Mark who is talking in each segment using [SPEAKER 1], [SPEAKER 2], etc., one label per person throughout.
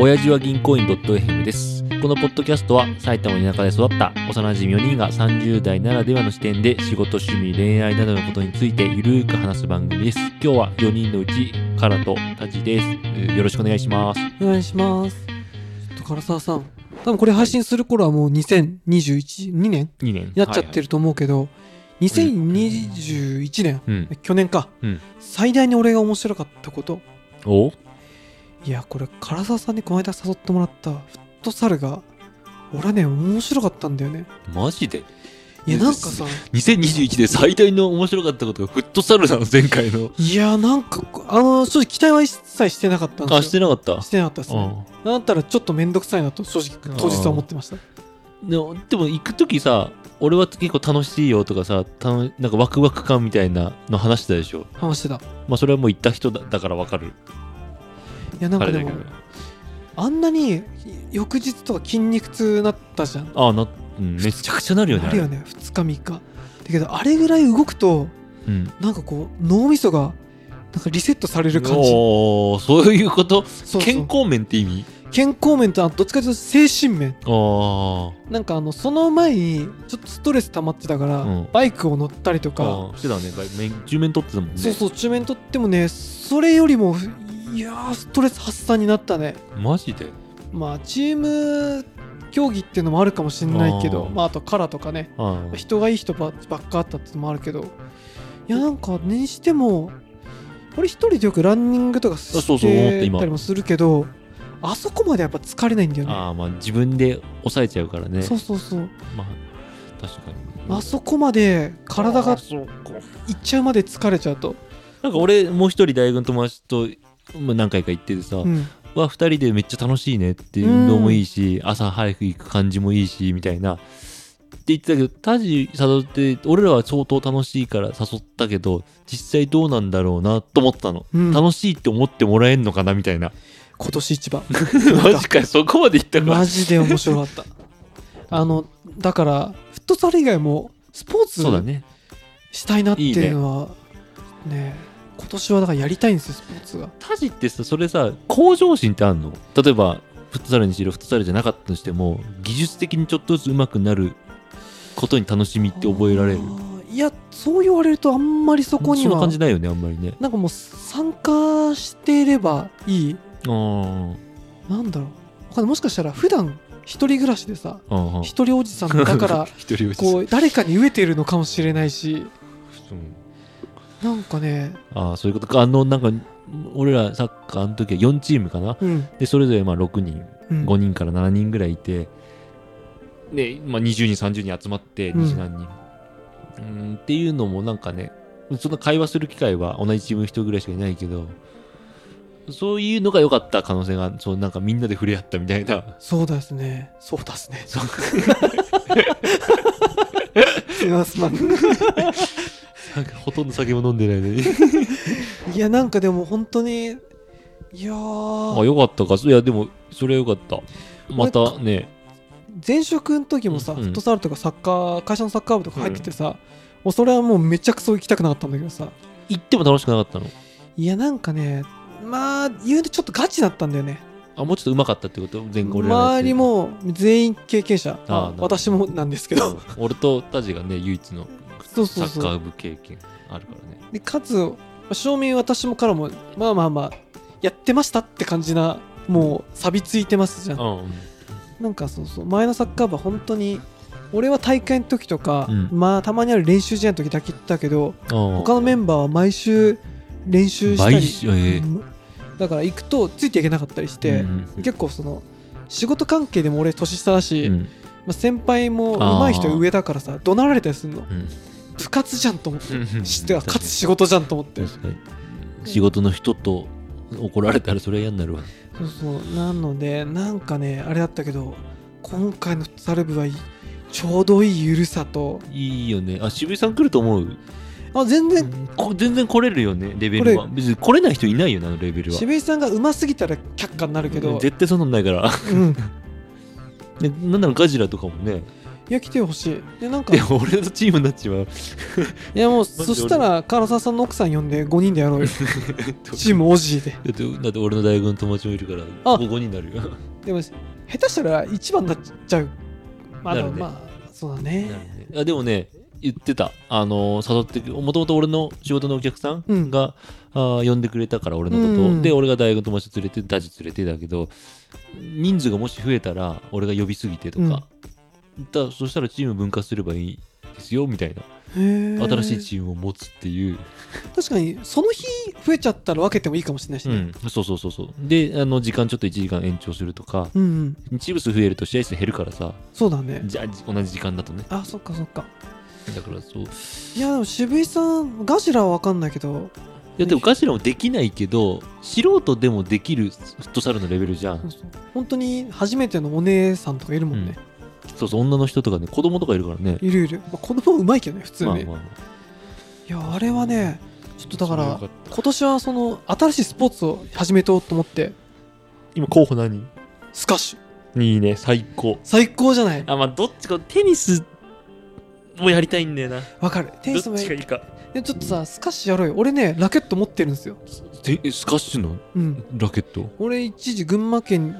[SPEAKER 1] 親父は銀行員 .fm です。このポッドキャストは埼玉の田舎で育った幼馴染4人が30代ならではの視点で仕事、趣味、恋愛などのことについてゆるーく話す番組です。今日は4人のうち、カラとタジです。えーよろしくお願いします。
[SPEAKER 2] お願いします。ちょっと唐沢さん、多分これ配信する頃はもう2021、2年
[SPEAKER 1] 2年。
[SPEAKER 2] やっちゃってると思うけど、2021年、
[SPEAKER 1] はいはい。
[SPEAKER 2] 去年か、
[SPEAKER 1] うん
[SPEAKER 2] 最大に俺が面白かったこと。
[SPEAKER 1] うん。お
[SPEAKER 2] いや、これ唐沢さんにこの間誘ってもらったフットサルが、俺はね、面白かったんだよね。
[SPEAKER 1] マジで
[SPEAKER 2] いや、なんかさ、
[SPEAKER 1] ?2021 で最大の面白かったことがフットサルなの、前回の。
[SPEAKER 2] いや、なんか、あの、正直期待は一切してなかったんですよ。
[SPEAKER 1] あ、してなかった。
[SPEAKER 2] してなかったですね。なんだったらちょっとめんどくさいなと、正直当日は思ってました。
[SPEAKER 1] うんでもでも行く時さ俺は結構楽しいよとかさたのなんかワクワク感みたいなの話してたでしょ
[SPEAKER 2] 話してた。い
[SPEAKER 1] まあそれはもう行った人だだから分かる
[SPEAKER 2] や、なん
[SPEAKER 1] あれ
[SPEAKER 2] かで
[SPEAKER 1] だけ
[SPEAKER 2] も
[SPEAKER 1] ど、
[SPEAKER 2] あんなに翌日とか筋肉痛なったじゃん。
[SPEAKER 1] ああな、うん、めちゃくちゃなるよね
[SPEAKER 2] あるよ
[SPEAKER 1] ね、
[SPEAKER 2] ね、2日3日。だけど、あれぐらい動くと、
[SPEAKER 1] うん、
[SPEAKER 2] なんかこう、脳みそが、なんかリセットされる感じ。
[SPEAKER 1] おーそういうこと
[SPEAKER 2] そうそう
[SPEAKER 1] 健康面って意味
[SPEAKER 2] 健康面と、あどっちかというと精神面。
[SPEAKER 1] あー
[SPEAKER 2] なんかあの、その前に、ちょっとストレス溜まってたから、
[SPEAKER 1] うん
[SPEAKER 2] バイクを乗ったりとか、
[SPEAKER 1] あーしてたねバイ面中面取ってたもんね
[SPEAKER 2] そうそう、中面とってもね、それよりも、いやー、ストレス発散になったね。
[SPEAKER 1] マジで
[SPEAKER 2] まあ、チーム競技っていうのもあるかもしれないけど、
[SPEAKER 1] あー
[SPEAKER 2] まあ、あとカラーとかね。
[SPEAKER 1] あー
[SPEAKER 2] 人がいい人ばばっかあったってのもあるけどいやなんかにしても俺一人でよくランニングとかして
[SPEAKER 1] そうそう思った今
[SPEAKER 2] たりもするけどあそこまでやっぱ疲れないんだよね
[SPEAKER 1] あーまあ自分で抑えちゃうからね
[SPEAKER 2] そうそうそう
[SPEAKER 1] まあ確かに
[SPEAKER 2] あそこまで体
[SPEAKER 1] あ
[SPEAKER 2] が
[SPEAKER 1] ーそうか
[SPEAKER 2] いっちゃうまで疲れちゃうと、
[SPEAKER 1] なんか俺もう一人大学の友達とまあ何回か行っててさ、
[SPEAKER 2] うん、
[SPEAKER 1] は2人でめっちゃ楽しいねって運動もいいし、朝早く行く感じもいいしみたいなって言ってたけどタジ誘って俺らは相当楽しいから誘ったけど実際どうなんだろうなと思ったの、
[SPEAKER 2] うん
[SPEAKER 1] 楽しいって思ってもらえんのかなみたい な
[SPEAKER 2] 今年一番
[SPEAKER 1] マジかよそこまで行ったか
[SPEAKER 2] マジで面白 かったあのだからフットサル以外もスポーツ
[SPEAKER 1] そうだね
[SPEAKER 2] したいなっていうのはね今年はだからやりたいんですよスポーツが
[SPEAKER 1] タジってさそれさ向上心ってあんの例えばフットサルにしろフットサルじゃなかったとしても技術的にちょっとずつ上手くなることに楽しみって覚えられる
[SPEAKER 2] あーいやそう言われるとあんまりそこに
[SPEAKER 1] そんな
[SPEAKER 2] は
[SPEAKER 1] 感じないよねあんまりね
[SPEAKER 2] なんかもう参加していればいい
[SPEAKER 1] あ
[SPEAKER 2] なんだろうわかんないもしかしたら普段一人暮らしでさ
[SPEAKER 1] あああ
[SPEAKER 2] 一人 おじさんだから
[SPEAKER 1] 一人落
[SPEAKER 2] こう誰かに飢えてるのかもしれないしなんかね
[SPEAKER 1] ああそういうことかあのなんか俺らサッカーの時は4チームかな
[SPEAKER 2] うん、
[SPEAKER 1] でそれぞれまあ6人
[SPEAKER 2] うん、
[SPEAKER 1] 5人から7人ぐらいいて、で、まあ、20人30人集まって
[SPEAKER 2] うん
[SPEAKER 1] 20何人、うん、っていうのもなんかねそんな会話する機会は同じチームの人ぐらいしかいないけどそういうのが良かった可能性がそうなんかみんなで触れ合ったみたいな
[SPEAKER 2] そうですねそうですね
[SPEAKER 1] そう
[SPEAKER 2] すいませ
[SPEAKER 1] な
[SPEAKER 2] ん
[SPEAKER 1] んかほとんど酒も飲んでないの に
[SPEAKER 2] いやなんかでも本当にいや
[SPEAKER 1] あ
[SPEAKER 2] ー
[SPEAKER 1] 良かったかいやでもそれは良かったまたね
[SPEAKER 2] 前職の時もさ、
[SPEAKER 1] うん
[SPEAKER 2] フットサルとかサッカー会社のサッカー部とか入っててさ、もうそれはもうめちゃくそ行きたくなかったんだけどさ
[SPEAKER 1] 行っても楽しくなかったの
[SPEAKER 2] いやなんかねまあ言うてちょっとガチだったんだよね
[SPEAKER 1] あもうちょっと上手かったってこと全国
[SPEAKER 2] 周りも全員経験者
[SPEAKER 1] ああなるほど
[SPEAKER 2] 私もなんですけど
[SPEAKER 1] 俺とタジがね唯一の
[SPEAKER 2] そう
[SPEAKER 1] サ
[SPEAKER 2] そ
[SPEAKER 1] ッ
[SPEAKER 2] うそ
[SPEAKER 1] カー
[SPEAKER 2] う
[SPEAKER 1] 部経験あるからね
[SPEAKER 2] でかつ正面私もからもまあまあまあやってましたって感じなもう錆びついてますじゃんなんかそうそう前のサッカー部は本当に俺は大会の時とか、
[SPEAKER 1] うん
[SPEAKER 2] まあたまにある練習試合の時だけ行ったけど
[SPEAKER 1] うん
[SPEAKER 2] 他のメンバーは毎週練習したり
[SPEAKER 1] 毎週ええ
[SPEAKER 2] うんだから行くとついていけなかったりして、
[SPEAKER 1] うん
[SPEAKER 2] 結構その仕事関係でも俺年下だし、
[SPEAKER 1] うん
[SPEAKER 2] まあ、先輩も上手い人上だからさ怒鳴られたりするの
[SPEAKER 1] うん
[SPEAKER 2] 部活じゃんと思って
[SPEAKER 1] うん
[SPEAKER 2] 知ってはかつ仕事じゃんと思ってそ
[SPEAKER 1] 確かに仕事の人と怒られたらそれは嫌になるわ
[SPEAKER 2] うそうなのでなんかねあれだったけど今回のフットサル部はいいちょうどいいゆるさと
[SPEAKER 1] いいよねあ渋井さん来ると思う
[SPEAKER 2] あ全然
[SPEAKER 1] こ全然来れるよねレベルは別に来れない人いないよなあのレベルは
[SPEAKER 2] 渋井さんがうますぎたら却下になるけど、
[SPEAKER 1] 絶対そんなんないから
[SPEAKER 2] うん、
[SPEAKER 1] ねなんならガジラとかもね
[SPEAKER 2] いいや来てほしいでなんか
[SPEAKER 1] でも俺のチームになっちまう
[SPEAKER 2] いやもうそしたら唐沢さんの奥さん呼んで5人でやろうよチームオジ ーで
[SPEAKER 1] だってだって俺の大学の友達もいるから
[SPEAKER 2] あ
[SPEAKER 1] 5人になるよ
[SPEAKER 2] でも下手したら1番になっちゃうま
[SPEAKER 1] な
[SPEAKER 2] あ
[SPEAKER 1] る
[SPEAKER 2] でも
[SPEAKER 1] ね
[SPEAKER 2] まあそうだね
[SPEAKER 1] なるねあでもね言ってたあの誘ってもともと俺の仕事のお客さんが、あー呼んでくれたから俺のことを、
[SPEAKER 2] うん
[SPEAKER 1] で俺が大学の友達連れてダジ連れてだけど人数がもし増えたら俺が呼びすぎてとか、だそしたらチーム分化すればいいですよみたいな新
[SPEAKER 2] 新
[SPEAKER 1] しいチームを持つっていう、
[SPEAKER 2] 確かにその日増えちゃったら分けてもいいかもしれないし
[SPEAKER 1] う
[SPEAKER 2] ね
[SPEAKER 1] ん、そうそうそうそうであの時間ちょっと1時間延長するとか
[SPEAKER 2] うん、うん、
[SPEAKER 1] チーム数増えると試合数減るからさ
[SPEAKER 2] そうだね
[SPEAKER 1] じゃあ同じ時間だとね
[SPEAKER 2] あそっかそっか
[SPEAKER 1] だからそう
[SPEAKER 2] いやでも渋井さんガジラは分かんないけど
[SPEAKER 1] いやでもガジラもできないけど素人でもできるフットサルのレベルじゃ
[SPEAKER 2] そうんそう本当に初めてのお姉さんとかいるもんね、
[SPEAKER 1] そうそう女の人とかね子供とかいるからね
[SPEAKER 2] いるいる、まあ、子供うまいけどね普通ね、
[SPEAKER 1] まあまあま
[SPEAKER 2] いやあれはねちょっとだか
[SPEAKER 1] それはよか
[SPEAKER 2] ら
[SPEAKER 1] っ
[SPEAKER 2] 今年はその新しいスポーツを始めとうと思って
[SPEAKER 1] あ今候補何
[SPEAKER 2] スカッシュ
[SPEAKER 1] いいね最高
[SPEAKER 2] 最高じゃない
[SPEAKER 1] あまあどっちかテニスもやりたいんだよな
[SPEAKER 2] わかるテニスもや
[SPEAKER 1] いいか
[SPEAKER 2] でちょっとさスカッシュやろうよ俺ねラケット持ってるんですよ
[SPEAKER 1] えスカッシュの
[SPEAKER 2] うん
[SPEAKER 1] ラケット
[SPEAKER 2] 俺一時群馬県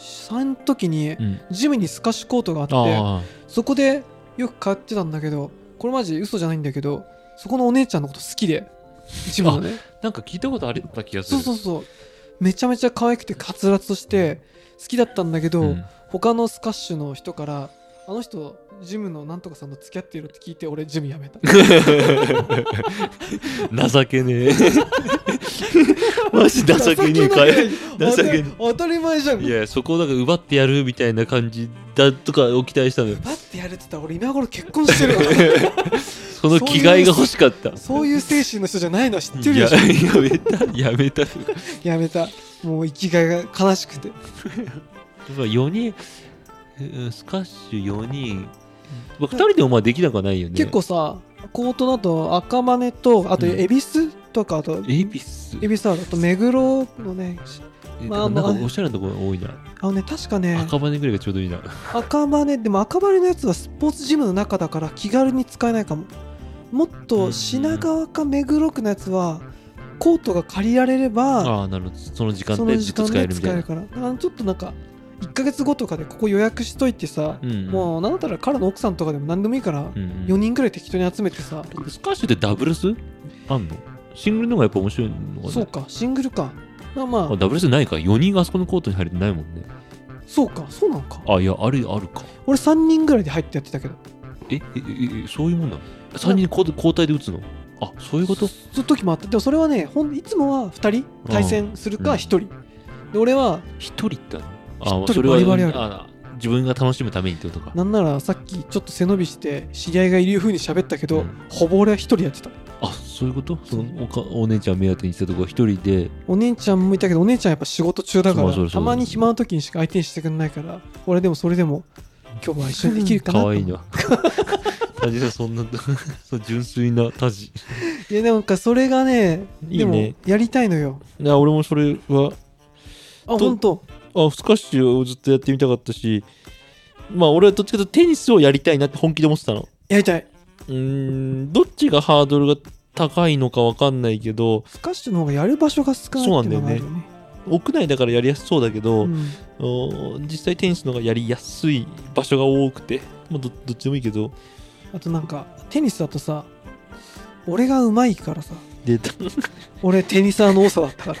[SPEAKER 2] 23の時に
[SPEAKER 1] うん
[SPEAKER 2] ジムにスカッシュコートがあって
[SPEAKER 1] ああ
[SPEAKER 2] そこでよく通ってたんだけどこれマジ嘘じゃないんだけどそこのお姉ちゃんのこと好きで一番のね
[SPEAKER 1] なんか聞いたことあった気がす
[SPEAKER 2] そ
[SPEAKER 1] る
[SPEAKER 2] うそうそうめちゃめちゃ可愛くてカツラツとして好きだったんだけ ど、
[SPEAKER 1] ん
[SPEAKER 2] 他のスカッシュの人からあの人ジムのなんとかさんと付き合ってるって聞いて俺ジムやめた
[SPEAKER 1] 情けねえ マジ情けねえかよ情けねえ
[SPEAKER 2] 当たり前じゃん
[SPEAKER 1] いやそこをなんか奪ってやるみたいな感じだとかを期待したのよ
[SPEAKER 2] バッてやるって言ったら俺今頃結婚してる わ
[SPEAKER 1] その着替えが欲しかった
[SPEAKER 2] そういう精神の人じゃないの知って
[SPEAKER 1] い
[SPEAKER 2] るで
[SPEAKER 1] や
[SPEAKER 2] しょ
[SPEAKER 1] やめたやめた
[SPEAKER 2] やめたもう生きがいが悲しくて
[SPEAKER 1] 4人うんスカッシュ4人まあ2人でもまあできなくはないよね
[SPEAKER 2] 結構さコートだと赤羽とあと
[SPEAKER 1] うん
[SPEAKER 2] 恵比寿とかあと
[SPEAKER 1] エビス
[SPEAKER 2] 恵比寿あと目黒のね
[SPEAKER 1] え
[SPEAKER 2] ま
[SPEAKER 1] な
[SPEAKER 2] あ
[SPEAKER 1] んか
[SPEAKER 2] まあ
[SPEAKER 1] おしゃれなところ多いな
[SPEAKER 2] あのね確かね
[SPEAKER 1] 赤羽ぐらいがちょうどいいな
[SPEAKER 2] 赤羽でも赤羽のやつはスポーツジムの中だから気軽に使えないかももっと品川か目黒区のやつはコートが借りられれば
[SPEAKER 1] ああなるほどその時間
[SPEAKER 2] そ
[SPEAKER 1] 帯
[SPEAKER 2] の
[SPEAKER 1] ず
[SPEAKER 2] 時
[SPEAKER 1] っと
[SPEAKER 2] 間
[SPEAKER 1] 使え
[SPEAKER 2] で
[SPEAKER 1] るみた
[SPEAKER 2] 使
[SPEAKER 1] い
[SPEAKER 2] え
[SPEAKER 1] な
[SPEAKER 2] るからだからちょっとなんか1ヶ月後とかでここ予約しといてさ、
[SPEAKER 1] うん
[SPEAKER 2] もうなんだったら彼の奥さんとかでも何でもいいから
[SPEAKER 1] うんうん
[SPEAKER 2] 4人ぐらい適当に集めてさ、
[SPEAKER 1] スカッシュってダブルスあんのシングルの方がやっぱ面白いのかな
[SPEAKER 2] そうかシングルかまあま
[SPEAKER 1] あ
[SPEAKER 2] あ
[SPEAKER 1] ダブルスないか4人があそこのコートに入れてないもんね
[SPEAKER 2] そうかそうなのか
[SPEAKER 1] あいやあれあるか
[SPEAKER 2] 俺3人ぐらいで入ってやってたけど
[SPEAKER 1] ええええそういうもんなの3人交交代で打つのあそういうこと
[SPEAKER 2] そういう時もあったでもそれはねほんいつもは2人対戦するか1人、で俺は
[SPEAKER 1] 一人ってある
[SPEAKER 2] 一人バリバリある
[SPEAKER 1] あ自分が楽しむためにってことか
[SPEAKER 2] なんならさっきちょっと背伸びして知り合いがいる風に喋ったけど、
[SPEAKER 1] うん
[SPEAKER 2] ほぼ俺は一人やってた
[SPEAKER 1] あそういうことそのおかお姉ちゃん目当てにしてたとこ一人で
[SPEAKER 2] お姉ちゃんもいたけどお姉ちゃんやっぱ仕事中だか
[SPEAKER 1] そう
[SPEAKER 2] ら
[SPEAKER 1] そうそう
[SPEAKER 2] たまに暇な時にしか相手にしてくれないから俺でもそれでも今日は一緒にできるかな
[SPEAKER 1] 可
[SPEAKER 2] と
[SPEAKER 1] 愛い なタジさんそんな そう純粋なタジ
[SPEAKER 2] いやでもなんかそれがね
[SPEAKER 1] いい
[SPEAKER 2] でも
[SPEAKER 1] ね
[SPEAKER 2] やりたいのよ
[SPEAKER 1] いや俺もそれは
[SPEAKER 2] あ
[SPEAKER 1] と
[SPEAKER 2] 本当
[SPEAKER 1] あスカッシュをずっとやってみたかったしまあ俺はどっちかというとテニスをやりたいなって本気で思ってたの
[SPEAKER 2] やりたいう
[SPEAKER 1] ーんどっちがハードルが高いのかわかんないけど
[SPEAKER 2] スカッシュの方がやる場所が少ないっていうのがあるよね
[SPEAKER 1] 屋内だからやりやすそうだけど、
[SPEAKER 2] うん
[SPEAKER 1] お実際テニスの方がやりやすい場所が多くて、まあ、どどっちでもいいけど
[SPEAKER 2] あとなんかテニスだとさ俺がうまいからさ
[SPEAKER 1] で
[SPEAKER 2] 俺テニサーの多さだった から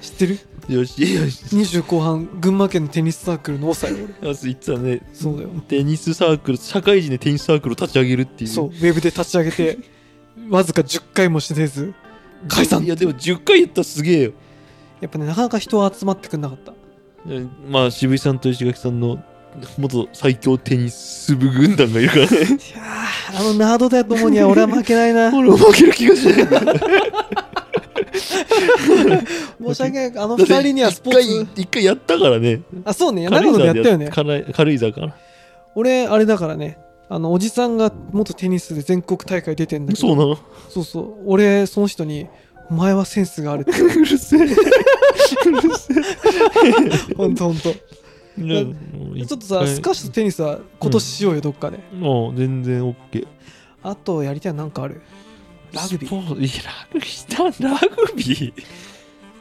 [SPEAKER 2] 知ってる
[SPEAKER 1] よしよし
[SPEAKER 2] 20後半群馬県のテニスサークルの多さよ俺
[SPEAKER 1] まず言ってたね
[SPEAKER 2] そうだよ
[SPEAKER 1] テニスサークル社会人でテニスサークルを立ち上げるっていう
[SPEAKER 2] そうウェブで立ち上げてわずか10回もしてず解散
[SPEAKER 1] いやでも10回やったらすげえよ
[SPEAKER 2] やっぱねなかなか人は集まってくんなかった
[SPEAKER 1] うんまあ渋井さんと石垣さんの元最強テニス部軍団がいるからね
[SPEAKER 2] いやーあのナードだと思うには俺は負けないな
[SPEAKER 1] 俺は負ける気がし ない
[SPEAKER 2] 申し訳ないあの2人にはスポーツ
[SPEAKER 1] 一回一回やったからね
[SPEAKER 2] あそうね長野でやったよね
[SPEAKER 1] 軽井沢でやっ軽井沢かな
[SPEAKER 2] 俺あれだからねあのおじさんが元テニスで全国大会出てんだけど
[SPEAKER 1] そうなの
[SPEAKER 2] そうそう俺その人に「お前はセン スがある」って
[SPEAKER 1] うるせえうるせえ
[SPEAKER 2] ほんとほんと
[SPEAKER 1] ね
[SPEAKER 2] ちょっとさスカッシュとテニスは今年しようよどっかで
[SPEAKER 1] もう全然 OK
[SPEAKER 2] あとやりたいのなんかあるラグビ
[SPEAKER 1] スポ
[SPEAKER 2] ー
[SPEAKER 1] ーツいやラグビーだラグビー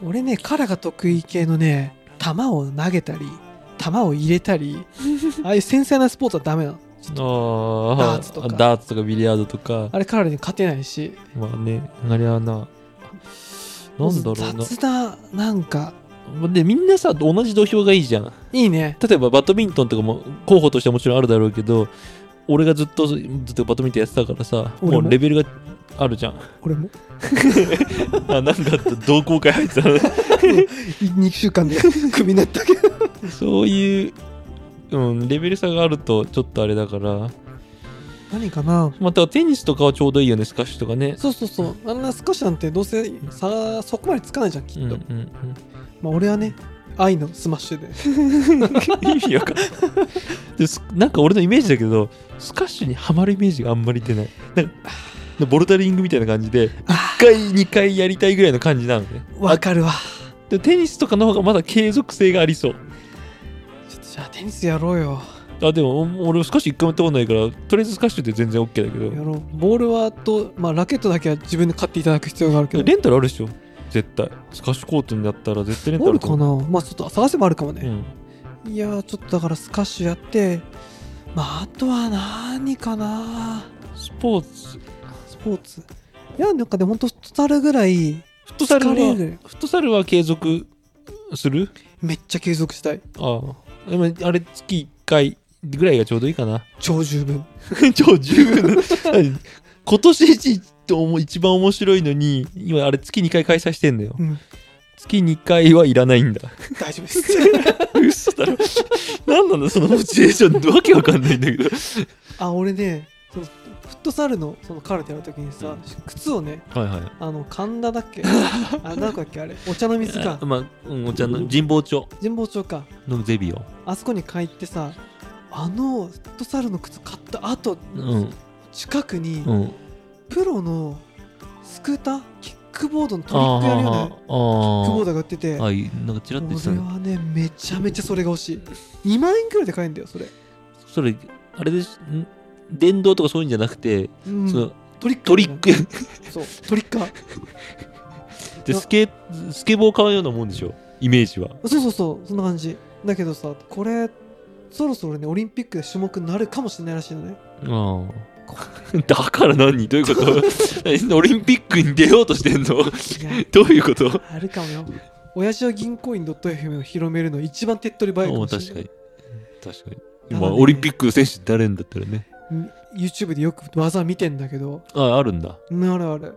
[SPEAKER 2] 俺ねカラが得意系のね球を投げたり球を入れたりああいう繊細なスポーツはダメなの
[SPEAKER 1] あ
[SPEAKER 2] ダーツとか
[SPEAKER 1] ダーツとかビリヤードとか
[SPEAKER 2] あれカラに勝てないし
[SPEAKER 1] まあねあれはななんだろうな
[SPEAKER 2] 雑ななんか
[SPEAKER 1] でみんなさ同じ土俵がいいじゃん
[SPEAKER 2] いいね
[SPEAKER 1] 例えばバドミントンとかも候補としてはもちろんあるだろうけど俺がずっとずっとバドミントンやってたからさ
[SPEAKER 2] 俺
[SPEAKER 1] も
[SPEAKER 2] も
[SPEAKER 1] うレベルがあるじ ゃん
[SPEAKER 2] 俺も
[SPEAKER 1] あなんかあった同好会入って たの
[SPEAKER 2] 2週間で クビになったけど
[SPEAKER 1] そういう、うん、レベル差があるとちょっとあれだから
[SPEAKER 2] 何かな
[SPEAKER 1] またテニスとかはちょうどいいよねスカッシュとかね
[SPEAKER 2] そうそうそうあんなスカッシュなんてどうせさそこまでつかないじゃんきっ
[SPEAKER 1] うんうん
[SPEAKER 2] と、
[SPEAKER 1] うん
[SPEAKER 2] まあ俺はね愛のスマッシュで
[SPEAKER 1] 意味わかんないでスなんか俺のイメージだけどスカッシュにはまるイメージがあんまり出ないなんかボルダリングみたいな感じで
[SPEAKER 2] あ
[SPEAKER 1] 1回2回やりたいぐらいの感じなのね
[SPEAKER 2] わかるわ
[SPEAKER 1] でテニスとかの方がまだ継続性がありそう
[SPEAKER 2] ちょっとじゃあテニスやろうよ
[SPEAKER 1] あでもお俺スカッシュ1回もやったことないからとりあえずスカッシュで全然 OK だけ
[SPEAKER 2] や
[SPEAKER 1] ど
[SPEAKER 2] ろうボールはと、まあ、ラケットだけは自分で買っていただく必要があるけど
[SPEAKER 1] レンタルあるでしょ絶対スカッシュコートになったら絶対レンタル
[SPEAKER 2] あ
[SPEAKER 1] あ
[SPEAKER 2] る
[SPEAKER 1] る
[SPEAKER 2] か
[SPEAKER 1] な、
[SPEAKER 2] なまあちょっと探せばあるかも
[SPEAKER 1] う
[SPEAKER 2] ね、
[SPEAKER 1] ん、
[SPEAKER 2] いやーちょっとだからスカッシュやってまああとは何かな
[SPEAKER 1] スポーツ
[SPEAKER 2] スポーツいやなんかでもほんとフットサルぐらい
[SPEAKER 1] フットサルは
[SPEAKER 2] 疲れる
[SPEAKER 1] フットサルは継続する
[SPEAKER 2] めっちゃ継続したい
[SPEAKER 1] ああでもあれ月1回ぐらいがちょうどいいかな
[SPEAKER 2] 超十分
[SPEAKER 1] 超十分な今年一一番面白いのに今あれ月2回開催してんだよ
[SPEAKER 2] うん
[SPEAKER 1] 月2回はいらないんだ
[SPEAKER 2] 大丈夫で
[SPEAKER 1] 嘘
[SPEAKER 2] す
[SPEAKER 1] だろ何なんだそのモチベーションわけわかんないんだけど
[SPEAKER 2] あ俺ねそのフットサルのそのカルテやるときにさ靴をね
[SPEAKER 1] はいはい
[SPEAKER 2] あの神田だっ けあなんだっけあれお茶の水か
[SPEAKER 1] まあ、うんお茶の神保町
[SPEAKER 2] 神保町か
[SPEAKER 1] のゼビオ
[SPEAKER 2] あそこに買いってさあのフットサルの靴買った後、
[SPEAKER 1] うん
[SPEAKER 2] 近くに
[SPEAKER 1] うん
[SPEAKER 2] プロのスクーターキックボードのトリックやるよね
[SPEAKER 1] あ
[SPEAKER 2] キッ
[SPEAKER 1] あ
[SPEAKER 2] ク
[SPEAKER 1] あ
[SPEAKER 2] ボードが売ってて
[SPEAKER 1] ああいなんかちらっと言ってた
[SPEAKER 2] 俺
[SPEAKER 1] ね
[SPEAKER 2] はねめちゃめちゃそれが欲しい2万円くらいで買えるんだよそれ、
[SPEAKER 1] それあれですん電動とかそういうんじゃなくて、
[SPEAKER 2] うん
[SPEAKER 1] その
[SPEAKER 2] トリック
[SPEAKER 1] トリック
[SPEAKER 2] そうトリッカー
[SPEAKER 1] でスケスケボー買うようなもんでしょイメージは
[SPEAKER 2] そうそうそうそんな感じだけどさこれそろそろねオリンピックで種目になるかもしれないらしいのね
[SPEAKER 1] ああだから何どういうこと オリンピックに出ようとしてんの
[SPEAKER 2] いや
[SPEAKER 1] どういうこと
[SPEAKER 2] あるかもよ親父は銀行員 .fm を広めるの一番手っ取り早いかもしれな
[SPEAKER 1] 確か
[SPEAKER 2] い
[SPEAKER 1] に確かに
[SPEAKER 2] ただね
[SPEAKER 1] まあオリンピック選手誰んだったらね
[SPEAKER 2] ん YouTube でよく技見てんだけど
[SPEAKER 1] あああるんだ
[SPEAKER 2] なるある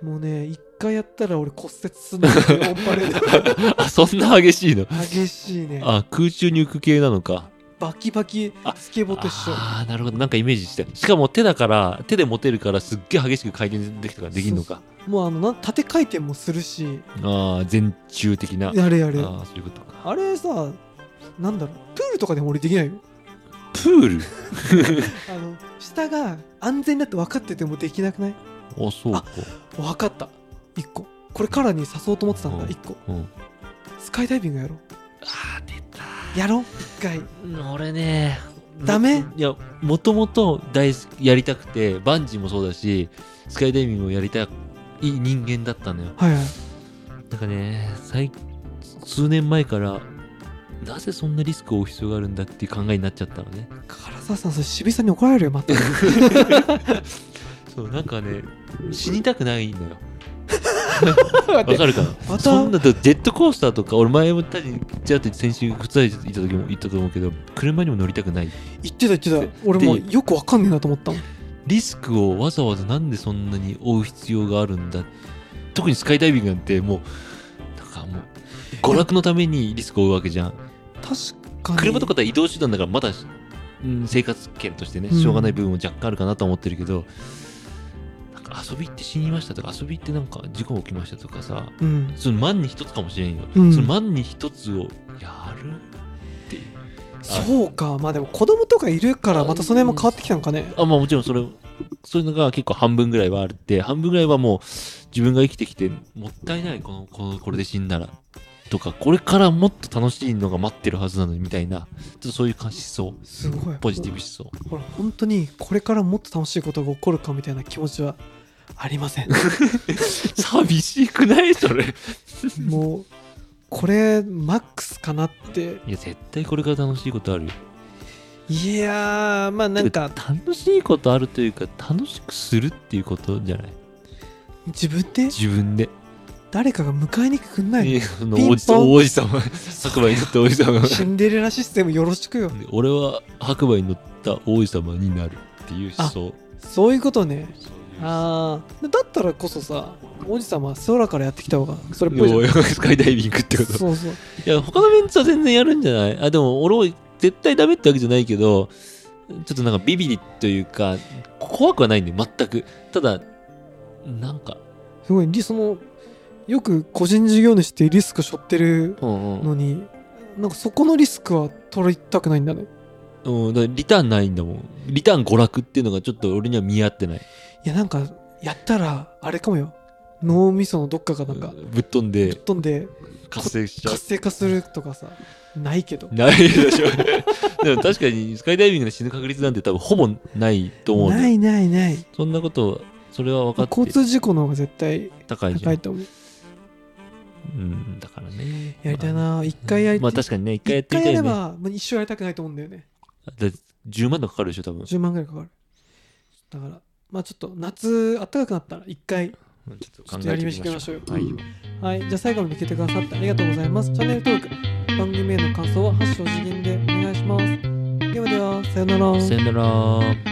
[SPEAKER 2] もうね一回やったら俺骨折すん だよねオンパレで
[SPEAKER 1] あそんな激しいの
[SPEAKER 2] 激しいね
[SPEAKER 1] あ空中に浮く系なのか
[SPEAKER 2] バキバキ
[SPEAKER 1] あ
[SPEAKER 2] スケボーと一緒
[SPEAKER 1] ああなるほどなんかイメージしてしかも手だから手で持てるからすっげえ激しく回転できたからできるのか
[SPEAKER 2] もうあのな縦回転もするし
[SPEAKER 1] ああ全中的な
[SPEAKER 2] やれやれあ
[SPEAKER 1] ああそういうことか
[SPEAKER 2] れさなんだろうプールとかでも俺できないよ
[SPEAKER 1] プール
[SPEAKER 2] あの下が安全だって分かっててもできなくない
[SPEAKER 1] あそうか
[SPEAKER 2] 分かった1個これカラーに誘おうと思ってたんだ
[SPEAKER 1] うん
[SPEAKER 2] 1個
[SPEAKER 1] うん
[SPEAKER 2] スカイダイビングやろう
[SPEAKER 1] あー出た
[SPEAKER 2] やろう1回
[SPEAKER 1] 俺ね
[SPEAKER 2] ダメ
[SPEAKER 1] もいやもともと大好きやりたくてバンジーもそうだしスカイダイビングをやりたい人間だったのよ
[SPEAKER 2] はいはい
[SPEAKER 1] なんかね最数年前からなぜそんなリスクを負う必要があるんだっていう考えになっちゃったのね
[SPEAKER 2] 唐沢さんそれ渋井さんに怒られるよ また
[SPEAKER 1] そうなんかね死にたくないの よわ
[SPEAKER 2] わ
[SPEAKER 1] かるかな
[SPEAKER 2] また
[SPEAKER 1] そんなだジェットコースターとか俺前も多分ちらっと先週靴下いた時も言ったと思うけど車にも乗りたくない
[SPEAKER 2] 言ってた言ってた俺もうよくわかんねえなと思ったもん
[SPEAKER 1] リスクをわざわざなんでそんなに負う必要があるんだ特にスカイダイビングなんてもうなんかもう娯楽のためにリスクを負うわけじゃん
[SPEAKER 2] 確かに
[SPEAKER 1] 車とかだったら移動手段だからまだ、うん、生活圏としてね
[SPEAKER 2] うん
[SPEAKER 1] しょうがない部分も若干あるかなと思ってるけど、なんか遊び行って死にましたとか遊び行ってなんか事故起きましたとかさ
[SPEAKER 2] うん
[SPEAKER 1] その万に一つかもしれんよ、
[SPEAKER 2] うん
[SPEAKER 1] その万に一つをやる
[SPEAKER 2] そうかまあでも子供とかいるからまたその辺も変わってきたのかね
[SPEAKER 1] あまあもちろんそれそういうのが結構半分ぐらいはあって半分ぐらいはもう自分が生きてきてもったいないこのこのこれで死んだらっとかこれからもっと楽しいのが待ってるはずなのにみたいなちょっとそういう思想
[SPEAKER 2] すごい
[SPEAKER 1] ポジティブ思想
[SPEAKER 2] ほら本当にこれからもっと楽しいことが起こるかみたいな気持ちはありません
[SPEAKER 1] 寂しくないそれい
[SPEAKER 2] もうこれマックスかなって
[SPEAKER 1] や絶対これから楽しいことあるよ
[SPEAKER 2] いやーまあなんか
[SPEAKER 1] て楽しいことあるというか楽しくするっていうことじゃない
[SPEAKER 2] 自分で
[SPEAKER 1] 自分で、
[SPEAKER 2] 誰かが迎えに来てくんない
[SPEAKER 1] いやあの
[SPEAKER 2] ピンポン
[SPEAKER 1] 王子様王子様白馬に乗った王子 様
[SPEAKER 2] のシンデレラシステムよろしくよ
[SPEAKER 1] で俺は白馬に乗った王子様になるっていう思想
[SPEAKER 2] そういうことね
[SPEAKER 1] そういう思想
[SPEAKER 2] ああだったらこそさ王子様は空からやってきた方がそれっぽいじゃ
[SPEAKER 1] 要
[SPEAKER 2] ん
[SPEAKER 1] はスカイダイビングってこと
[SPEAKER 2] そうそう
[SPEAKER 1] いや他のメンツは全然やるんじゃないあでも俺は絶対ダメってわけじゃないけどちょっとなんかビビりというか怖くはないんだよ全くただなんか
[SPEAKER 2] すごいリそのよく個人事業主ってリスク背負ってる
[SPEAKER 1] うんうん
[SPEAKER 2] のになんかそこのリスクは取りたくないんだね
[SPEAKER 1] うん、だからリターンないんだもんリターン娯楽っていうのがちょっと俺には見合ってない
[SPEAKER 2] いやなんかやったらあれかもよ脳みそのどっかがなんか
[SPEAKER 1] ぶっ飛んで
[SPEAKER 2] 吹っ飛んで
[SPEAKER 1] 活性しちゃう
[SPEAKER 2] 活性化するとかさないけど
[SPEAKER 1] ないでしょ でも確かにスカイダイビングで死ぬ確率なんて多分ほぼないと思うんだよ
[SPEAKER 2] ないないない
[SPEAKER 1] そんなことそれは分かって
[SPEAKER 2] 交通事故の方が絶対
[SPEAKER 1] 高いじゃ
[SPEAKER 2] 高
[SPEAKER 1] ん
[SPEAKER 2] いと思う
[SPEAKER 1] うんだからね
[SPEAKER 2] やりたい
[SPEAKER 1] まあ
[SPEAKER 2] な一回やり
[SPEAKER 1] まあ
[SPEAKER 2] 一
[SPEAKER 1] 確かにね一回やってみ
[SPEAKER 2] 回
[SPEAKER 1] た
[SPEAKER 2] や
[SPEAKER 1] い
[SPEAKER 2] れ
[SPEAKER 1] ね
[SPEAKER 2] ばもう一生やりたくないと思うんだよね
[SPEAKER 1] だって10万とかかかるでしょ多分
[SPEAKER 2] 10万ぐらいかかるだからまあちょっと夏暖かくなったら一回
[SPEAKER 1] ちょっと
[SPEAKER 2] ちょっとやり飯行きましょうよ
[SPEAKER 1] はい
[SPEAKER 2] はい、じゃあ最後まで聞いてくださってありがとうございます。チャンネル登録、番組への感想は発祥次元でお願いします。ではでは、さようなら
[SPEAKER 1] さよなら